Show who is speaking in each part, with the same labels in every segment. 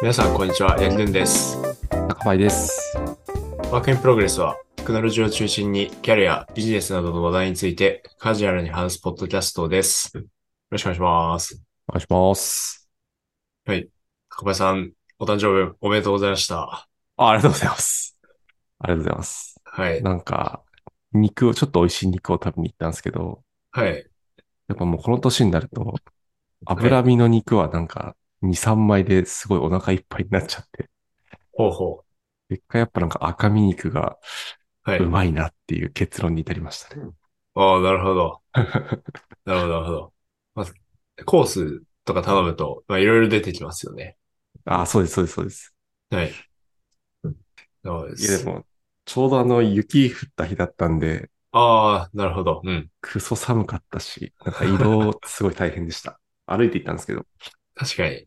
Speaker 1: 皆さん、こんにちは。ヤンヌンです。
Speaker 2: 高前です。
Speaker 1: ワークインプログレスは、テクノロジーを中心にキャリア、ビジネスなどの話題についてカジュアルに話すポッドキャストです。よろしくお願いします。
Speaker 2: お願いします。
Speaker 1: 高林さん、お誕生日おめでとうございました。
Speaker 2: あありがとうございます。ありがとうございます。
Speaker 1: はい。
Speaker 2: なんか、肉を、ちょっと美味しい肉を食べに行ったんですけど、
Speaker 1: はい。
Speaker 2: やっぱもうこの年になると、脂身の肉はなんか、2、3枚ですごいお腹いっぱいになっちゃって、
Speaker 1: ほうほ
Speaker 2: 結果やっぱなんか赤身肉が。
Speaker 1: う。はいう
Speaker 2: まいなっていう結論に至りましたね。
Speaker 1: ああ、なるほ ど。なるほど、なるほど。まず、コースとか頼むと、まあ、いろいろ出てきますよね。
Speaker 2: ああ、そうです、そうです、そうです。
Speaker 1: はい。そうで。
Speaker 2: いやですも、ちょうどあの、雪降った日だったんで、
Speaker 1: ああ、なるほど。うん。
Speaker 2: クソ寒かったし、なんか移動すごい大変でした。歩いて行ったんですけど、
Speaker 1: 確かに。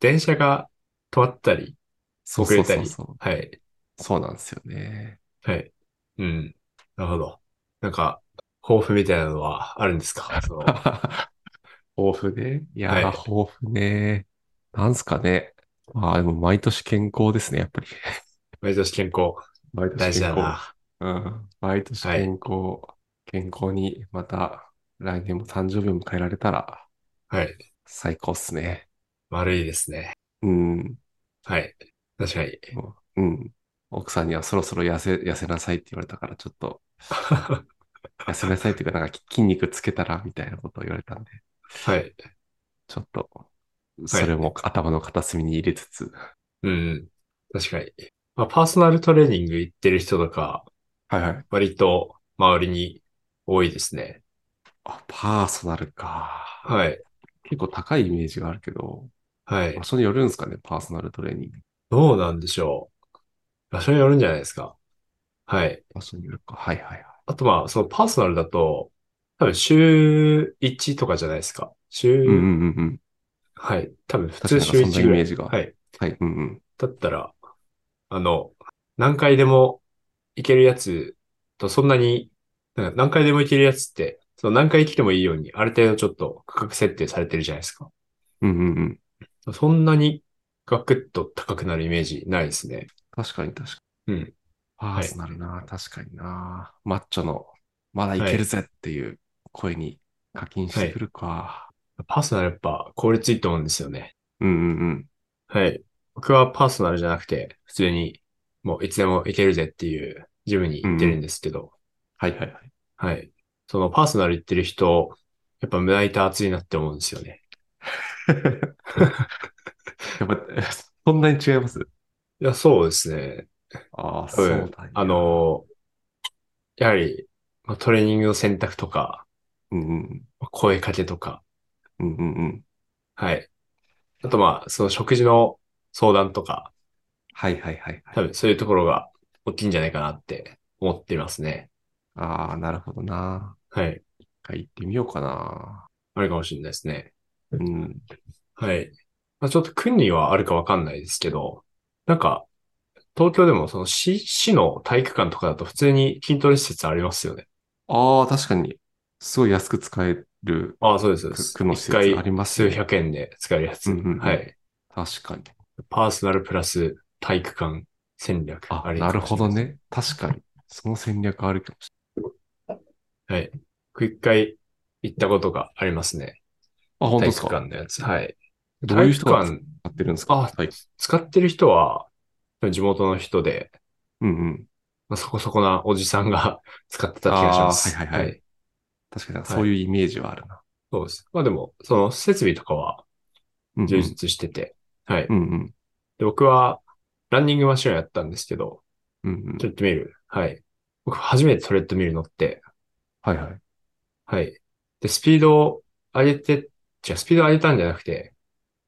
Speaker 1: 電車が止まったり。
Speaker 2: そう
Speaker 1: 遅
Speaker 2: そ
Speaker 1: れ
Speaker 2: う
Speaker 1: た
Speaker 2: そう
Speaker 1: り
Speaker 2: そう。
Speaker 1: はい。
Speaker 2: そうなんですよね。
Speaker 1: はい。うん。なるほど。なんか、抱負みたいなのはあるんです かその
Speaker 2: 豊富ね。いやー、
Speaker 1: はい
Speaker 2: 豊富ね。なんすかね。まあ、でも毎年健康ですね、やっぱり。
Speaker 1: 毎年健康、
Speaker 2: 毎
Speaker 1: 大
Speaker 2: 年
Speaker 1: 事だ
Speaker 2: 健康。
Speaker 1: な。
Speaker 2: うん。毎年
Speaker 1: はい
Speaker 2: 健康。健康に、また、来年も誕生日を迎えられたら、
Speaker 1: はい。
Speaker 2: 最高っすね。
Speaker 1: 悪いですね。
Speaker 2: うん。
Speaker 1: はい。確かに。
Speaker 2: もううん。奥さんにはそろそろ痩せ、痩せなさいって言われたから、ちょ っと、痩せなさいっていうか、なんか筋肉つけたら、みたいなことを言われたんで、
Speaker 1: はい。
Speaker 2: ちょっと、それも頭の片隅に入れつつ、
Speaker 1: うん。確かに。まあ、パーソナルトレーニング行ってる人とか、
Speaker 2: はいはい。
Speaker 1: 割と周りに多いですね。
Speaker 2: あ、パーソナルか。
Speaker 1: はい。
Speaker 2: 結構高いイメージがあるけど、
Speaker 1: はい
Speaker 2: 場。所によるんですかね、パーソナルトレーニング。
Speaker 1: どうなんでしょう。場所によるんじゃないですか。はい。
Speaker 2: 場所によるか。はいはいはい。
Speaker 1: あとまあ、そのパーソナルだと、多分週1とかじゃないですか。週、
Speaker 2: うんうんうんうん。
Speaker 1: はい。多分普
Speaker 2: 確
Speaker 1: 通
Speaker 2: かに
Speaker 1: 週
Speaker 2: そんな
Speaker 1: 1
Speaker 2: イ
Speaker 1: ぐら
Speaker 2: メー
Speaker 1: い。
Speaker 2: ジが。
Speaker 1: は
Speaker 2: はい、
Speaker 1: い。
Speaker 2: うんうん。
Speaker 1: だったら、あの、何回でも行けるやつとそんなに、なんか何回でも行けるやつって、その何回来てもいいように、ある程度ちょっと価格設定されてるじゃないですか。
Speaker 2: うんうんうん。
Speaker 1: そんなにガクッと高くなるイメージないですね。
Speaker 2: 確かに確か
Speaker 1: う
Speaker 2: に。
Speaker 1: ん。
Speaker 2: パーソナルな、確かにな。マッチョの、まだいけるぜっていう声に課金してくるか。
Speaker 1: パーソナルやっぱ効率いいと思うんですよね。
Speaker 2: うんうんうん。
Speaker 1: はい。僕はパーソナルじゃなくて、普通に、もういつでも行けるぜっていうジムに行ってるんですけど、
Speaker 2: はいはいはい。
Speaker 1: はい。そのパーソナル行ってる人、やっぱ胸板熱いなって思うんですよね。
Speaker 2: やっぱ、そんなに違います
Speaker 1: いや、そうですね。
Speaker 2: ああ、そ
Speaker 1: 多
Speaker 2: う
Speaker 1: 分
Speaker 2: だね。
Speaker 1: あ、の、やはり、まあトレーニングの選択とか、
Speaker 2: うんうん。
Speaker 1: まあ声かけとか、
Speaker 2: うんうんうん。
Speaker 1: はい。あとまあ、その食事の相談とか、
Speaker 2: はいはいはいはい。
Speaker 1: 多分そういうところが大きいんじゃないかなって思ってますね。
Speaker 2: ああ、なるほどな。
Speaker 1: はい。
Speaker 2: 一回行ってみようかな。
Speaker 1: あるかもしれないですね。
Speaker 2: うん。
Speaker 1: はい。まあ、ちょっと国にはあるかわかんないですけど、なんか、東京でもその市、市の体育館とかだと普通に筋トレ施設ありますよね。
Speaker 2: ああ、確かに。すごい安く使える。
Speaker 1: ああ、そうです、そうです。
Speaker 2: 区区の施設
Speaker 1: 一回
Speaker 2: ありますよ
Speaker 1: 数
Speaker 2: ね
Speaker 1: 百円で使えるやつ。
Speaker 2: うんうんうん
Speaker 1: はい。
Speaker 2: 確かに。
Speaker 1: パーソナルプラス体育館戦略
Speaker 2: あ、
Speaker 1: り
Speaker 2: なるほど
Speaker 1: かもしれ
Speaker 2: ね。確かに。その戦略あるかもし
Speaker 1: ないです。はい。僕一回行ったことがありますね。
Speaker 2: れない。あ、本当
Speaker 1: 体
Speaker 2: です
Speaker 1: 育
Speaker 2: か。
Speaker 1: 館のやつ。はい。
Speaker 2: どういう人が
Speaker 1: 体
Speaker 2: 使
Speaker 1: 育館
Speaker 2: ってるんですか
Speaker 1: あ、
Speaker 2: はい。
Speaker 1: 使ってる人は地元の人で、
Speaker 2: うんうん。
Speaker 1: まあ、そこそこなおじさんが 使ってた気がします。
Speaker 2: あーはいはいはい確かになんかそういうイメージはあるな。
Speaker 1: そうです。まあでも、その設備とかは
Speaker 2: うんうん
Speaker 1: 充実してて、はい。
Speaker 2: うんうん。
Speaker 1: で、僕はランニングマシンをやったんですけど、
Speaker 2: うんうん
Speaker 1: トレッドミル、はい。僕初めてトレッドミル乗って、
Speaker 2: はいはい。
Speaker 1: はい。で、スピードを上げて、じゃスピードを上げたんじゃなくて、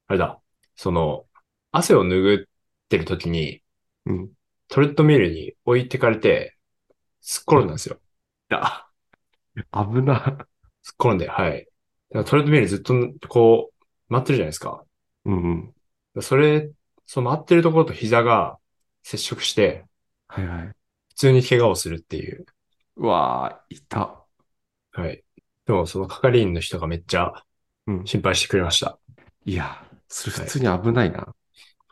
Speaker 1: あれだ、その、汗を拭ってる時に、
Speaker 2: うん。
Speaker 1: トレッドミルに置いてかれて、すっ転んだんですよ。
Speaker 2: あ、危な。
Speaker 1: すっ転んで、はい。だからトレッドミルずっとこう、待ってるじゃないですか。
Speaker 2: うんうん。
Speaker 1: それ、その待ってるところと膝が接触して、
Speaker 2: はいはい。
Speaker 1: 普通に怪我をするっていう。
Speaker 2: うわー、いた。
Speaker 1: はい。でも、その係員の人がめっちゃ
Speaker 2: うん。
Speaker 1: 心配してくれました。
Speaker 2: いや、それ普通に危ないな。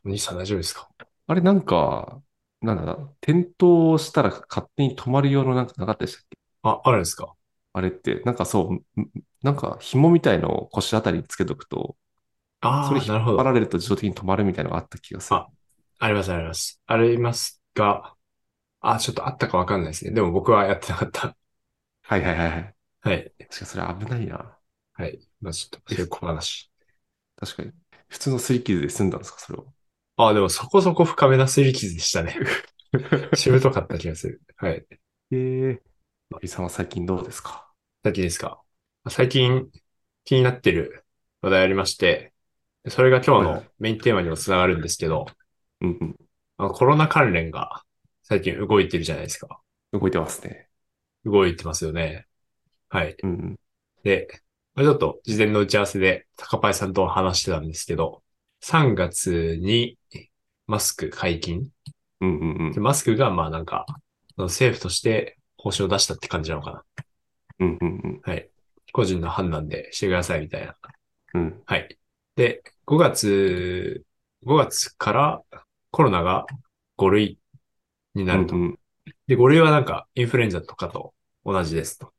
Speaker 1: お兄さん大丈夫ですか
Speaker 2: あれなんか、なんだ、転倒したら勝手に止まる用のなんかなかったでしたっけ
Speaker 1: あ、あるんですか
Speaker 2: あれって、なんかそう、んなんか紐みたいのを腰あたりにつけとくと、
Speaker 1: あ
Speaker 2: それ
Speaker 1: あ、
Speaker 2: 引
Speaker 1: なるほ
Speaker 2: っ張
Speaker 1: ど。
Speaker 2: られると自動的に止まるみたいなのがあった気がする
Speaker 1: あ。あります、あります。ありますが、あ、ちょっとあったかわかんないですね。でも僕はやってなかった。
Speaker 2: はいはいはいはい。
Speaker 1: はい。
Speaker 2: 確かにそれ危ないな。
Speaker 1: はい。まあちょっと、そういう小話。
Speaker 2: 確かに。普通の擦り傷で済んだんですか、それは。
Speaker 1: あ、でもそこそこ深めなすり傷でしたね。 しぶとかった気がする。はい。
Speaker 2: ええ。マリさんは最近どうですか
Speaker 1: 最近ですか最近気になってる話題ありまして、それが今日
Speaker 2: はいは
Speaker 1: のメインテーマにもつながるんですけど、
Speaker 2: うんうん。
Speaker 1: あのコロナ関連が最近動いてるじゃないですか。
Speaker 2: 動いてますね。
Speaker 1: 動いてますよね。はい。
Speaker 2: うんうん。
Speaker 1: で、まあちょっと事前の打ち合わせで高パイさんと話してたんですけど、3月にマスク解禁。
Speaker 2: うんうんうん
Speaker 1: で。マスクがまあなんか、あの政府として方針を出したって感じなのかな。
Speaker 2: うんうん
Speaker 1: 個人の判断でしてくださいみたいな。
Speaker 2: うん。うん。
Speaker 1: はい。で、5月、5月からコロナが5類になると。
Speaker 2: うんうん
Speaker 1: で、5類はなんかインフルエンザとかと同じですと。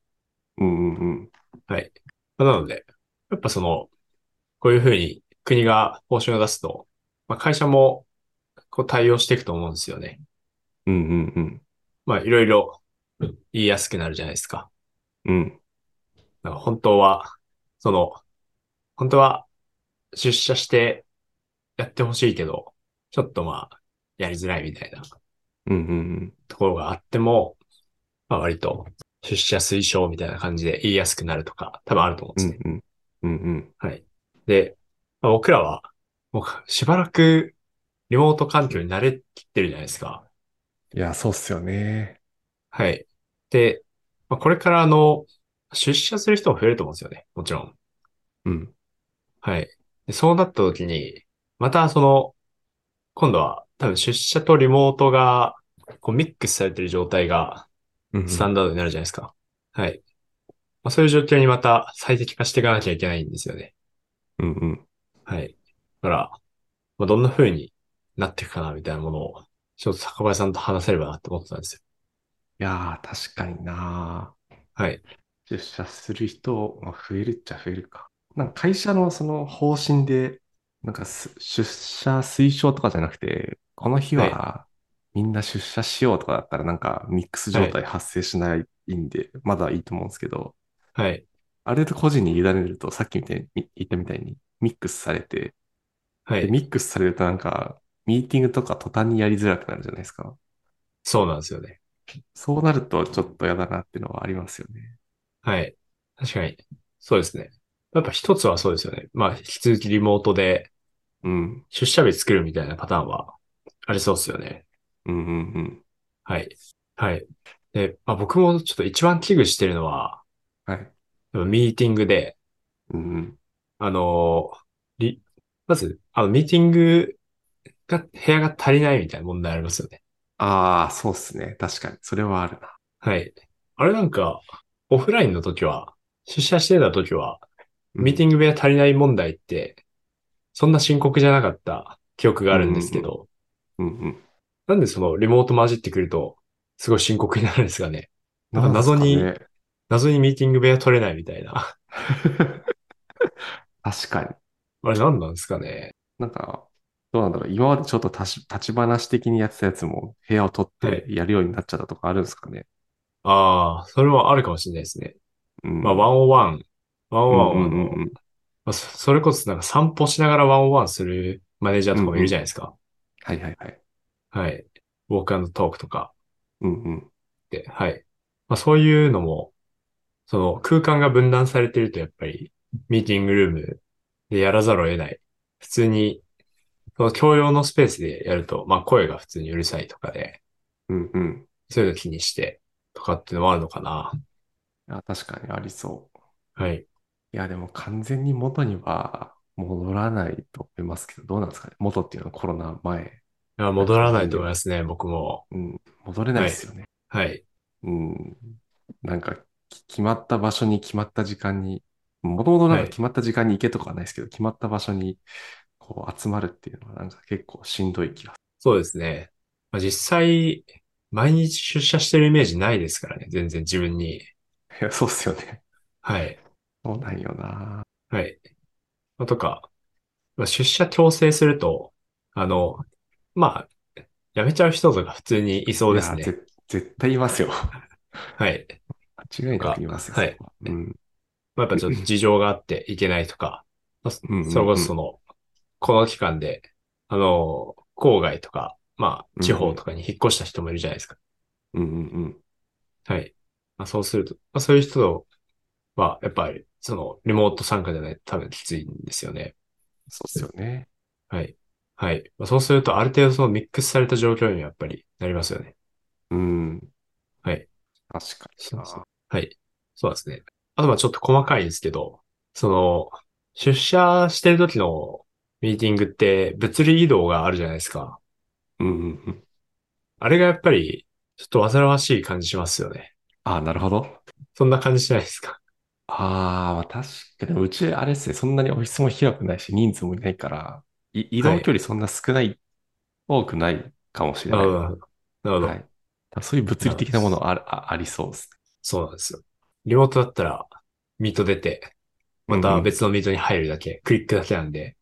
Speaker 2: うんうんうん。
Speaker 1: はい。まあなので、やっぱその、こういうふうに国が方針を出すと、まあ、会社もこう対応していくと思うんですよね。
Speaker 2: うんうんうん。
Speaker 1: まあいろいろ言いやすくなるじゃないですか。
Speaker 2: うん。
Speaker 1: なんか本当は、その、本当は出社してやってほしいけど、ちょっとまあやりづらいみたいな
Speaker 2: うんうん
Speaker 1: ところがあっても、まあ割と出社推奨みたいな感じで言いやすくなるとか多分あると思うんで
Speaker 2: う
Speaker 1: すね
Speaker 2: ん。うん。うんうん。
Speaker 1: で、まあ僕らは、もうしばらくリモート環境に慣れきってるじゃないですか。
Speaker 2: いや、そうっすよね。
Speaker 1: はい。で、まあ、これからあの、出社する人も増えると思うんですよね。もちろん。
Speaker 2: うん。
Speaker 1: はい。でそうなった時に、またその、今度は多分出社とリモートが、こうミックスされてる状態が
Speaker 2: うんうん
Speaker 1: スタンダードになるじゃないですか。はい。まあ、そういう状況にまた最適化していかなきゃいけないんですよね。
Speaker 2: うんうん。
Speaker 1: はい。だから、まあ、どんな風になっていくかな、みたいなものを、ちょっと坂林さんと話せればなって思ってたんですよ。
Speaker 2: いやー、確かにな
Speaker 1: はい。
Speaker 2: 出社する人、まあ、増えるっちゃ増えるか。なんか会社のその方針で、なんかす出社推奨とかじゃなくて、この日はみんな出社しようとかだったら、なんかミックス状態発生しないんで、まだいいと思うんですけど、
Speaker 1: はい。
Speaker 2: ある程度個人に委ねると、さっきみたいに言ったみたいにミックスされて、
Speaker 1: は
Speaker 2: で
Speaker 1: い。
Speaker 2: ミックスされるとなんか、ミーティングとか途端にやりづらくなるじゃないですか。
Speaker 1: そうなんですよね。
Speaker 2: そうなるとちょっと嫌だなっていうのはありますよね。
Speaker 1: はい。確かに。そうですね。やっぱ一つはそうですよね。まあ、引き続きリモートで
Speaker 2: うん。
Speaker 1: 出社日作るみたいなパターンはありそうですよね。
Speaker 2: うんうんうん。
Speaker 1: はい。はい。で、まあ僕もちょっと一番危惧してるのは、
Speaker 2: は
Speaker 1: や
Speaker 2: い。
Speaker 1: っぱミーティングで、
Speaker 2: うんうん。
Speaker 1: あのー、り、まず、あの、ミーティングが、部屋が足りないみたいな問題ありますよね。
Speaker 2: ああ、そうっすね。確かに。それはあるな。
Speaker 1: はい。あれなんか、オフラインの時は、出社してた時は、
Speaker 2: うん
Speaker 1: ミーティング部屋足りない問題って、そんな深刻じゃなかった記憶があるんですけど、
Speaker 2: うんうん。
Speaker 1: なんでそのリモート混じってくると、すごい深刻になるんですかね。なんか謎に
Speaker 2: なんす
Speaker 1: 謎にミーティング部屋取れないみたいな。
Speaker 2: かね確かに。
Speaker 1: あれ何なんですかね。
Speaker 2: なんか、どうなんだろう。今までちょっとたし立ち話的にやってたやつも、部屋を取ってやるようになっちゃったとかあるんですかね。
Speaker 1: ああ、それはあるかもしれないですね。
Speaker 2: うん。
Speaker 1: まあ、101、101を
Speaker 2: うん
Speaker 1: あ
Speaker 2: う
Speaker 1: の
Speaker 2: んうんうん
Speaker 1: まあ、そそれこそなんか散歩しながらワンオンワンするマネージャーとかもいるじゃないですか。
Speaker 2: はいはいはい。
Speaker 1: はい。ウォークトークとか
Speaker 2: うんうん。
Speaker 1: で、はい。まあ、そういうのも、その空間が分断されてるとやっぱりミーティングルームでやらざるを得ない。普通に、その共用のスペースでやると、まあ声が普通にうるさいとかで、
Speaker 2: うんうん。
Speaker 1: そういうの気にしてとかっていうのもあるのかな。
Speaker 2: あ、確かにありそう。
Speaker 1: はい。
Speaker 2: いや、でも完全に元には戻らないと思いますけど、どうなんですかね。元っていうのはコロナ前。
Speaker 1: いや戻らないと思いますね、僕も。
Speaker 2: うん。戻れないですよね。
Speaker 1: はい。
Speaker 2: うん、なんかき決まった場所に決まった時間に、もともとなん
Speaker 1: は
Speaker 2: か
Speaker 1: い
Speaker 2: 決まった時間に行けとかはないですけど、決まった場所にここう集まるっていうのはなんか結構しんどい気がす
Speaker 1: そうですね。まあ、実際、毎日出社してるイメージないですからね。全然自分に。
Speaker 2: る。いや、そうっすよね。
Speaker 1: はい。
Speaker 2: そうなんよな。
Speaker 1: はい。まあとか、まあ、出社強制すると、あの、まあ、辞めちゃう人とか普通にいそうです
Speaker 2: いや
Speaker 1: ね。
Speaker 2: ぜ絶対いますよ。
Speaker 1: はい。
Speaker 2: 間違いなくいますよ。
Speaker 1: はい
Speaker 2: そこうん。
Speaker 1: まあ、やっぱち ょっと事情があっていけないとか、まあそ
Speaker 2: うんうんうん
Speaker 1: それこそその、この期間で、あの、郊外とか、まあ、地方とかに引っ越した人もいるじゃないですか。
Speaker 2: うんうんうん。
Speaker 1: はい。まあ、そうすると、まあ、そういう人は、やっぱり、その、リモート参加じゃないと多分きついんですよね。
Speaker 2: そうっすよね。
Speaker 1: はい。はい。まあ、そうすると、ある程度そのミックスされた状況にはやっぱりなりますよね。
Speaker 2: うん。
Speaker 1: はい。
Speaker 2: 確かにな。
Speaker 1: そうはい。そうですね。あとはちょっと細かいんですけど、その、出社してる時のミーティングって物理移動があるじゃないですか。
Speaker 2: うんうんうん。
Speaker 1: あれがやっぱり、ちょっと煩わしい感じしますよね。
Speaker 2: ああ、なるほど。
Speaker 1: そんな感じしないですか。
Speaker 2: ああ、まあ確かに、うちあれですね、そんなにオフィスも広くないし、人数もいないから、い移動距離そんな少ない、多くないかもしれ
Speaker 1: な
Speaker 2: ない。
Speaker 1: るほど。なるほど。
Speaker 2: はい。だからそういう物理的なものあるあありそうです
Speaker 1: そうなんですよ。リモートだったら、ミート出て、
Speaker 2: ね。
Speaker 1: また
Speaker 2: うんうん
Speaker 1: 別のミートに入るだけ、クリックだけなんで、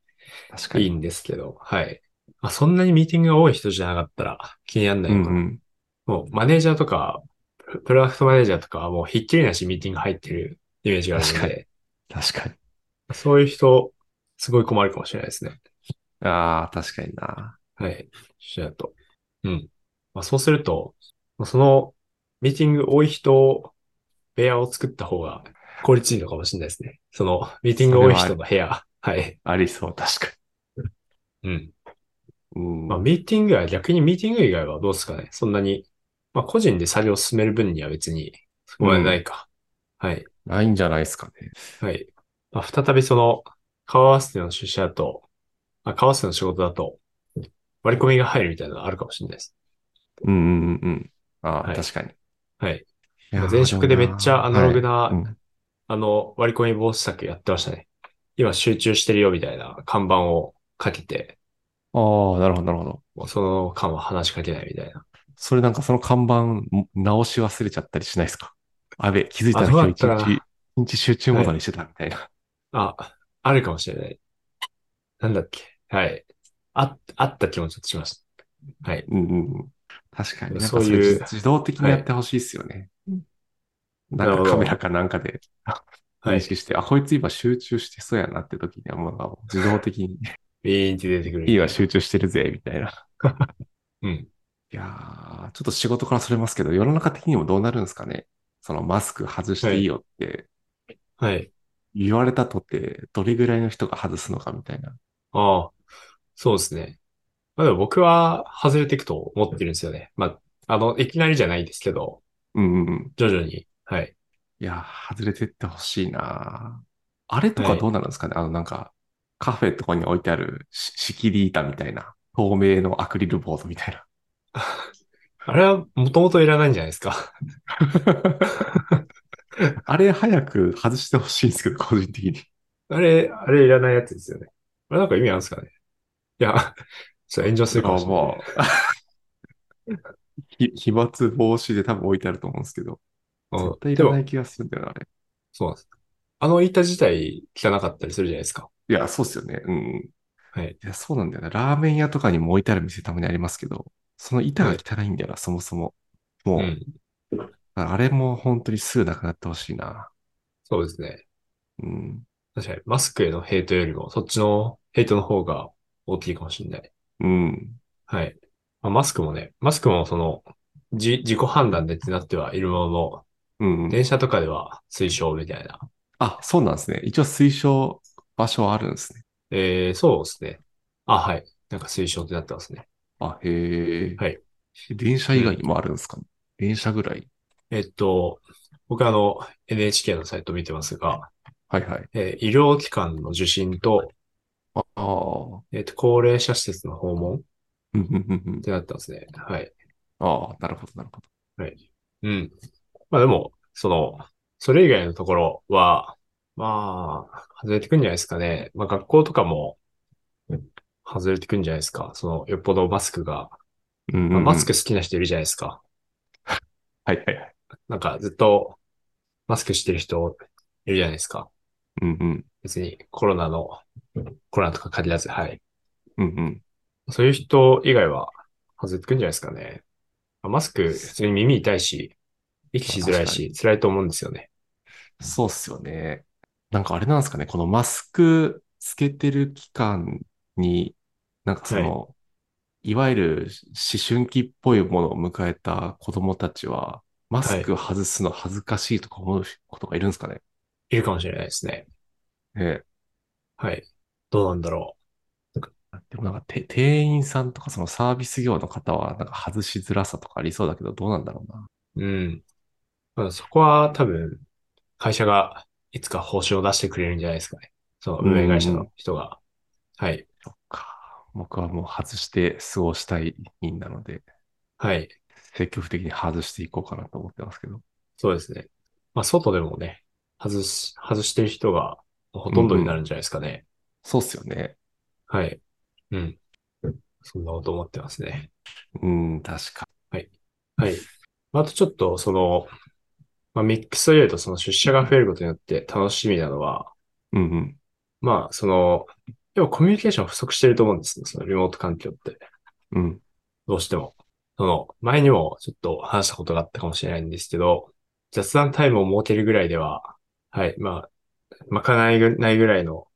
Speaker 2: 確か
Speaker 1: いい
Speaker 2: に。
Speaker 1: んですけど、はい。まあ、そんなにミーティングが多い人じゃなかったら気にならな
Speaker 2: う
Speaker 1: いの
Speaker 2: ん
Speaker 1: か
Speaker 2: う
Speaker 1: な。
Speaker 2: ん。
Speaker 1: もうマネージャーとか、ププロダクトマネージャーとかはもうひっきりなしミーティング入ってるイメージがあるの
Speaker 2: 確
Speaker 1: で、
Speaker 2: 確か
Speaker 1: そういう人、すごい困るかもしれないですね。
Speaker 2: に。ああ、確かにな。
Speaker 1: はい。そうだと。うん。まあ、そうすると、まあそのミーティング多い人、部屋を作った方が効率いいのかもしれないですね。そのミーティング多い人の部屋。はい。
Speaker 2: ありそう、確か
Speaker 1: うん。
Speaker 2: に。うん。
Speaker 1: まあ、ミーティングは逆にミーティング以外はどうですかね。そんなに、まあ、個人で作業を進める分には別に、そこまでないか。はい。
Speaker 2: ないんじゃないですかね。
Speaker 1: はい。まあ、再びその、顔合わせての出社だと、あ、顔合わせの仕事だと、割り込みが入るみたいなのがあるかもしれないです。
Speaker 2: うんうんうんうん。ああ、
Speaker 1: はい
Speaker 2: 確かに。
Speaker 1: はい。
Speaker 2: いやー
Speaker 1: 前職でめっちゃアナログな
Speaker 2: はいうん
Speaker 1: あの、割り込み防止策やってましたね。今集中してるよみたいな看板をかけて、
Speaker 2: ああ、なるほど、なるほど。
Speaker 1: もうその間は話しかけないみたいな。
Speaker 2: それなんかその看板も直し忘れちゃったりしないですかあべ、気づいたら
Speaker 1: あそう
Speaker 2: 今
Speaker 1: だ
Speaker 2: 日
Speaker 1: ったな
Speaker 2: 一日、一日集中モードにしてたみたいな。
Speaker 1: あ、あるかもしれない。なんだっけ。はい。あ、あった気もちょっとしました。はい。
Speaker 2: うんうんうん。確かに。なん
Speaker 1: そ
Speaker 2: か
Speaker 1: う
Speaker 2: そ
Speaker 1: いう
Speaker 2: れ自自動的にやってほしいですよね。なん
Speaker 1: なる
Speaker 2: か
Speaker 1: ほど
Speaker 2: カメラかなんかで
Speaker 1: は
Speaker 2: 認
Speaker 1: い。
Speaker 2: 識して、あ、こいつ今集中してそうやなって時にはもう自動的に、
Speaker 1: ビーンって出てくる。
Speaker 2: いいわ、集中してるぜ、みたいな。
Speaker 1: うん。
Speaker 2: いやー、ちょっと仕事からそれますけど、世の中的にもどうなるんですかね。そのマスク外していいよって
Speaker 1: はい。
Speaker 2: 言われたとって、どれぐらいの人が外すのかみたいな。
Speaker 1: ああ、そうですね。まあでも僕は外れていくと思ってるんですよね。まあ、あの、いきなりじゃないですけど、
Speaker 2: うんうんうん。
Speaker 1: 徐々に。はい。
Speaker 2: いやー、外れてってほしいなーあれとか
Speaker 1: はい
Speaker 2: どうなるんですかね、あの、なんか、カフェとかに置いてあるし仕切り板みたいな、透明のアクリルボードみたいな。
Speaker 1: あれはもともといらないんじゃないですか。
Speaker 2: あれ早く外してほしいんですけど、個人的に。
Speaker 1: あれ、あれいらないやつですよね。あれなんか意味あるんですかね。いや、 ちょっと炎上するかもしれない。
Speaker 2: もう、 ひ飛沫防止で多分置いてあると思うんですけど、
Speaker 1: うん
Speaker 2: 絶対いらな
Speaker 1: で
Speaker 2: い
Speaker 1: も、
Speaker 2: 気がするんだよな、あれ。
Speaker 1: そうなんです。あの板自体汚かったりするじゃないですか。
Speaker 2: いや、そうっすよね。うん。
Speaker 1: はい。
Speaker 2: いや、そうなんだよな。ラーメン屋とかにも置いてある店たまにありますけど、その板が汚いんだよな、そもそも。もう
Speaker 1: う、ん。
Speaker 2: だからあれも本当にすぐなくなってほしいな。
Speaker 1: そうですね。
Speaker 2: うん。
Speaker 1: 確かに、マスクへのヘイトよりも、そっちのヘイトの方が大きいかもしれない。
Speaker 2: うん。
Speaker 1: はい。まあ、マスクもね、マスクもその、じ、自己判断でってなってはいるものの、
Speaker 2: うん。
Speaker 1: 電車とかでは推奨みたいな。
Speaker 2: あ、そうなんですね。一応推奨場所はあるんですね。
Speaker 1: えー、そうですね。あ、はい。なんか推奨ってなってますね。
Speaker 2: あ、へえ。
Speaker 1: はい。
Speaker 2: 電車以外にもあるんですか、電車ぐらい。
Speaker 1: えっと、僕あの、NHK のサイト見てますが、
Speaker 2: はいはい。
Speaker 1: えー医療機関の受診と、
Speaker 2: ああー。
Speaker 1: えっと、高齢者施設の訪問っ
Speaker 2: うんうんうんうん。
Speaker 1: てなってますね。はい。
Speaker 2: ああ、なるほどなるほど。
Speaker 1: うん。まあでも、その、それ以外のところは、まあ、外れてくんじゃないですかね。まあ学校とかも、外れてくんじゃないですか。その、よっぽどマスクが、
Speaker 2: うんうん
Speaker 1: ま
Speaker 2: う
Speaker 1: あ
Speaker 2: ん
Speaker 1: マスク好きな人いるじゃないですか。
Speaker 2: はいはいはい。
Speaker 1: なんかずっとマスクしてる人いるじゃないですか。
Speaker 2: うんうん。
Speaker 1: 別にコロナの、コロナとか限らず、はい。
Speaker 2: うんうん。
Speaker 1: そういう人以外は外れてくんじゃないですかね。まあマスク、普通に耳痛いし、息しづらいし、辛いと思うんですよね。
Speaker 2: そうっすよね。なんかあれなんですかね、このマスクつけてる期間に、なんかその、い、わゆる思春期っぽいものを迎えた子供たちは、マスク外すの恥ずかしいとか思うことがいるんですかね。
Speaker 1: いるかもしれないですね。
Speaker 2: え
Speaker 1: はい。どうなんだろ
Speaker 2: えでもなんかて店員さんとかそのサービス業の方は、なんか外しづらさとかありそうだけど、どうなんだろうな。
Speaker 1: う。うん。まあ、そこは多分、会社がいつか報酬を出してくれるんじゃないですかね。その運営会社の人が。はい。
Speaker 2: そっか。僕はもう外して過ごしたい人なので、
Speaker 1: はい。
Speaker 2: 積極的に外していこうかなと思ってますけど。
Speaker 1: そうですね。まあ、外でもね、外し、外してる人がほとんどになるんじゃないですかね。
Speaker 2: そうっすよね。
Speaker 1: はい。うん。そんなこと思ってますね。
Speaker 2: うん、確か。
Speaker 1: はい。あとちょっと、その、まあ、ミックスというと、その出社が増えることによって楽しみなのは、
Speaker 2: うんうん。
Speaker 1: まあ、その、要はコミュニケーション不足してると思うんですね。そのリモート環境って。
Speaker 2: うん。
Speaker 1: どうしても。その、前にもちょっと話したことがあったかもしれないんですけど、雑談タイムを設けるぐらいでは、はい、まあ、まかないぐないぐらいの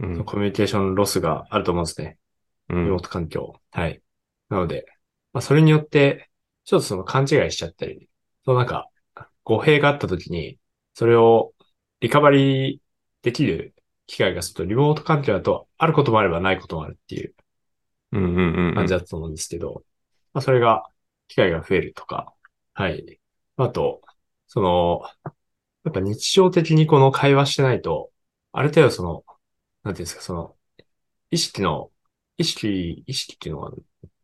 Speaker 2: うん。
Speaker 1: コミュニケーションロスがあると思うんですね。
Speaker 2: う
Speaker 1: リモ
Speaker 2: ん
Speaker 1: ー。ト環境。はい。なので、まあ、それによって、ちょっとその勘違いしちゃったり、そのなんか、語弊があった時に、それをリカバリーできる機会がちょっとリモート環境だと、あることもあればないこともあるっていう
Speaker 2: うんうんうん。
Speaker 1: 感じだったと思うんですけど、まあ、それが、機会が増えるとか、はい。あと、その、やっぱ日常的にこの会話してないと、ある程度その、なんていうんですか、その、意識の、意識、意識っていうのは、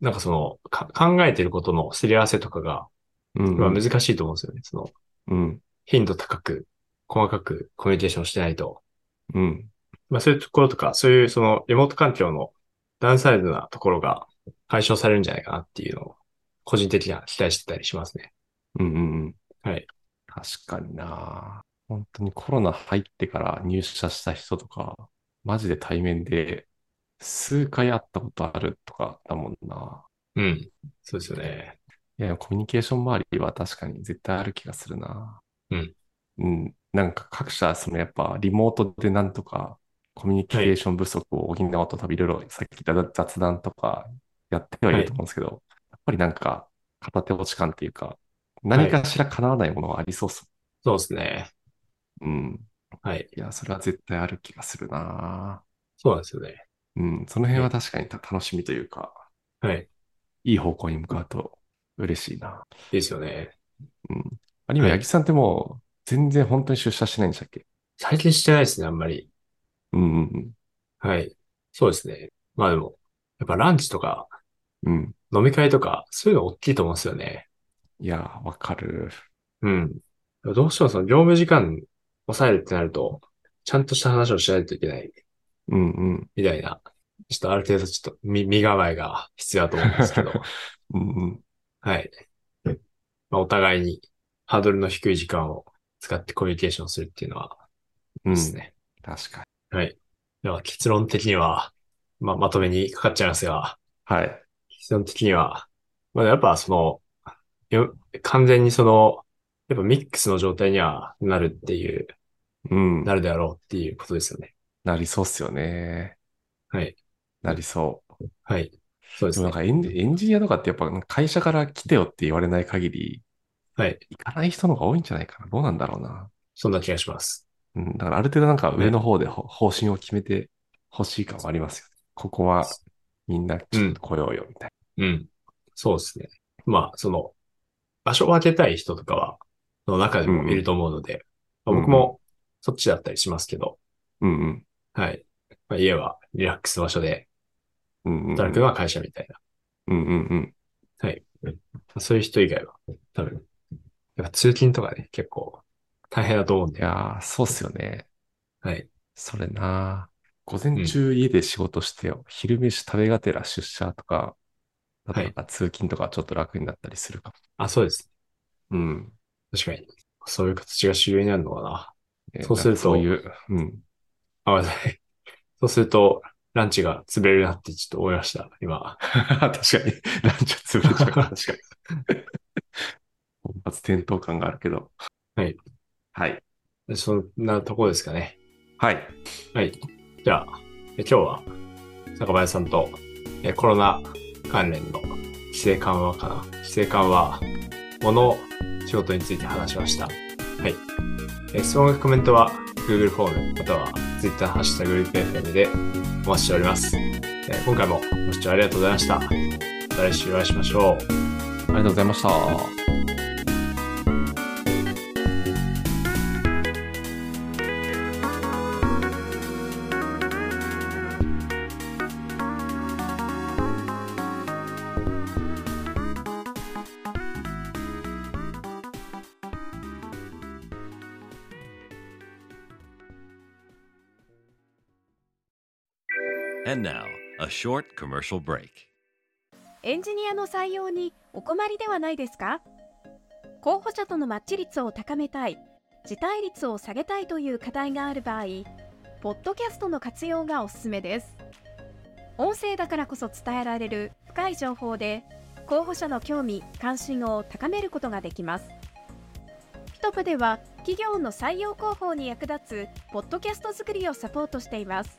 Speaker 1: なんかその、か考えてることのすり合わせとかが、
Speaker 2: うん
Speaker 1: まあ難しいと思うんですよね。その、
Speaker 2: うん。
Speaker 1: 頻度高く、細かくコミュニケーションしてないと。
Speaker 2: うん。
Speaker 1: まあそういうところとか、そういうその、リモート環境のダウンサイドなところが解消されるんじゃないかなっていうのを、個人的には期待してたりしますね。
Speaker 2: うんうんうん。
Speaker 1: はい。
Speaker 2: 確かにな本当にコロナ入ってから入社した人とか、マジで対面で数回会ったことあるとかだもんな。
Speaker 1: うん。そうですよね。
Speaker 2: いや、コミュニケーション周りは確かに絶対ある気がするな。
Speaker 1: うん。
Speaker 2: うん。なんか各社、そのやっぱリモートでなんとかコミュニケーション不足を補おうと多分いろいろさっき言った雑談とかやってはいると思うんですけど、やっぱりなんか片手落ち感っていうか、何かしら叶わないものはありそうっす。
Speaker 1: そうですね。
Speaker 2: うん。
Speaker 1: はい。
Speaker 2: いや、それは絶対ある気がするな。
Speaker 1: そうなんですよね。
Speaker 2: うん。その辺は確かにた楽しみというか、
Speaker 1: はい。
Speaker 2: いい方向に向かうと嬉しいな。
Speaker 1: いいですよね。
Speaker 2: うん。あ、今、
Speaker 1: はい
Speaker 2: 八木さんってもう、全然本当に出社してないんでしたっけ
Speaker 1: 最近してないですね、あんまり。
Speaker 2: うんうん
Speaker 1: はい。そうですね。まあでも、やっぱランチとか
Speaker 2: うん。うん。
Speaker 1: 飲み会とか、そういうの大きいと思うんですよね。
Speaker 2: いやー、わかる。
Speaker 1: うん。どうしてもその業務時間抑えるってなると、ちゃんとした話をしないといけない、
Speaker 2: うんうん。
Speaker 1: みたいな。ちょっとある程度ちょっと身身構えが必要だと思うんですけど。
Speaker 2: うんうん。
Speaker 1: はい。まあ、お互いにハードルの低い時間を使ってコミュニケーションするっていうのは
Speaker 2: う
Speaker 1: で
Speaker 2: ん。
Speaker 1: すね。
Speaker 2: 確かに。
Speaker 1: はい。では結論的には、まあ、まとめにかかっちゃいますが、
Speaker 2: はい。
Speaker 1: 結論的には、まあ、やっぱその、よ完全にその、やっぱミックスの状態にはなるっていう、
Speaker 2: うん。
Speaker 1: なるであろうっていうことですよね。
Speaker 2: なりそうっすよね。
Speaker 1: はい。
Speaker 2: なりそう。
Speaker 1: はい。そうで
Speaker 2: ですもなん
Speaker 1: ね。
Speaker 2: かエンジエンジニアとかってやっぱなんか会社から来てよって言われない限り、
Speaker 1: はい。
Speaker 2: 行かない人の方が多いんじゃないかな。どうなんだろうな。
Speaker 1: そんな気がします。
Speaker 2: うん。だからある程度なんか上の方でほ方針を決めてほしい感はありますよね。ここはみんなちょっと来ようよみたい
Speaker 1: うん。そうですね。まあ、その、場所を分けたい人とかは、の中でもいると思うので、
Speaker 2: うん
Speaker 1: まあ
Speaker 2: うん
Speaker 1: 僕もそっちだったりしますけど、
Speaker 2: な。うんうん。
Speaker 1: はい。まあ、家はリラックス場所で、
Speaker 2: うんうんうん。
Speaker 1: 働くのは会社みたいな。
Speaker 2: うんうんうん。
Speaker 1: そういう人以外は、多分、やっぱ通勤とかね、結構大変だと思うん
Speaker 2: い
Speaker 1: で、
Speaker 2: やー、そうっすよね。
Speaker 1: はい。
Speaker 2: それな。午前中家で仕事して、昼飯食べがてら出社とか、だったら通勤とかちょっと楽になったりするか
Speaker 1: あ、そうです。
Speaker 2: も。うん。
Speaker 1: 確かに。そういう形が主流になるのかな。
Speaker 2: ね
Speaker 1: そうすると
Speaker 2: なんかそういう、うん。
Speaker 1: あ、ご めんなさい。そうすると、ランチが潰れるなってちょっと思いました、今。
Speaker 2: 確かに。ランチャー潰れちゃうから、確かに。 本発転倒感があるけど。
Speaker 1: はい。
Speaker 2: はい。
Speaker 1: そんなとこですかね。
Speaker 2: はい。
Speaker 1: はい。じゃあ、え今日は、坂林さんと、えコロナ関連の規制緩和かな。規制緩和、もの、仕事について話しました。はい。え質問やコメントは、Google フォーム、または Twitter、ハッシュタグ、FM でお待ちしております。え今回もご視聴ありがとうございました。また来週お会いしましょう。
Speaker 2: ありがとうございました。
Speaker 3: And now, a short commercial break.
Speaker 4: エンジニアの採用にお困りではないですか候補者とのマッチ率を高めたい、辞退率を下げたいという課題がある場合、ポッドキャストの活用がおすすめです。音声だからこそ伝えられる深い情報で、候補者の興味・関心を高めることができます。ピトプでは、企業の採用広報に役立つポッドキャスト作りをサポートしています。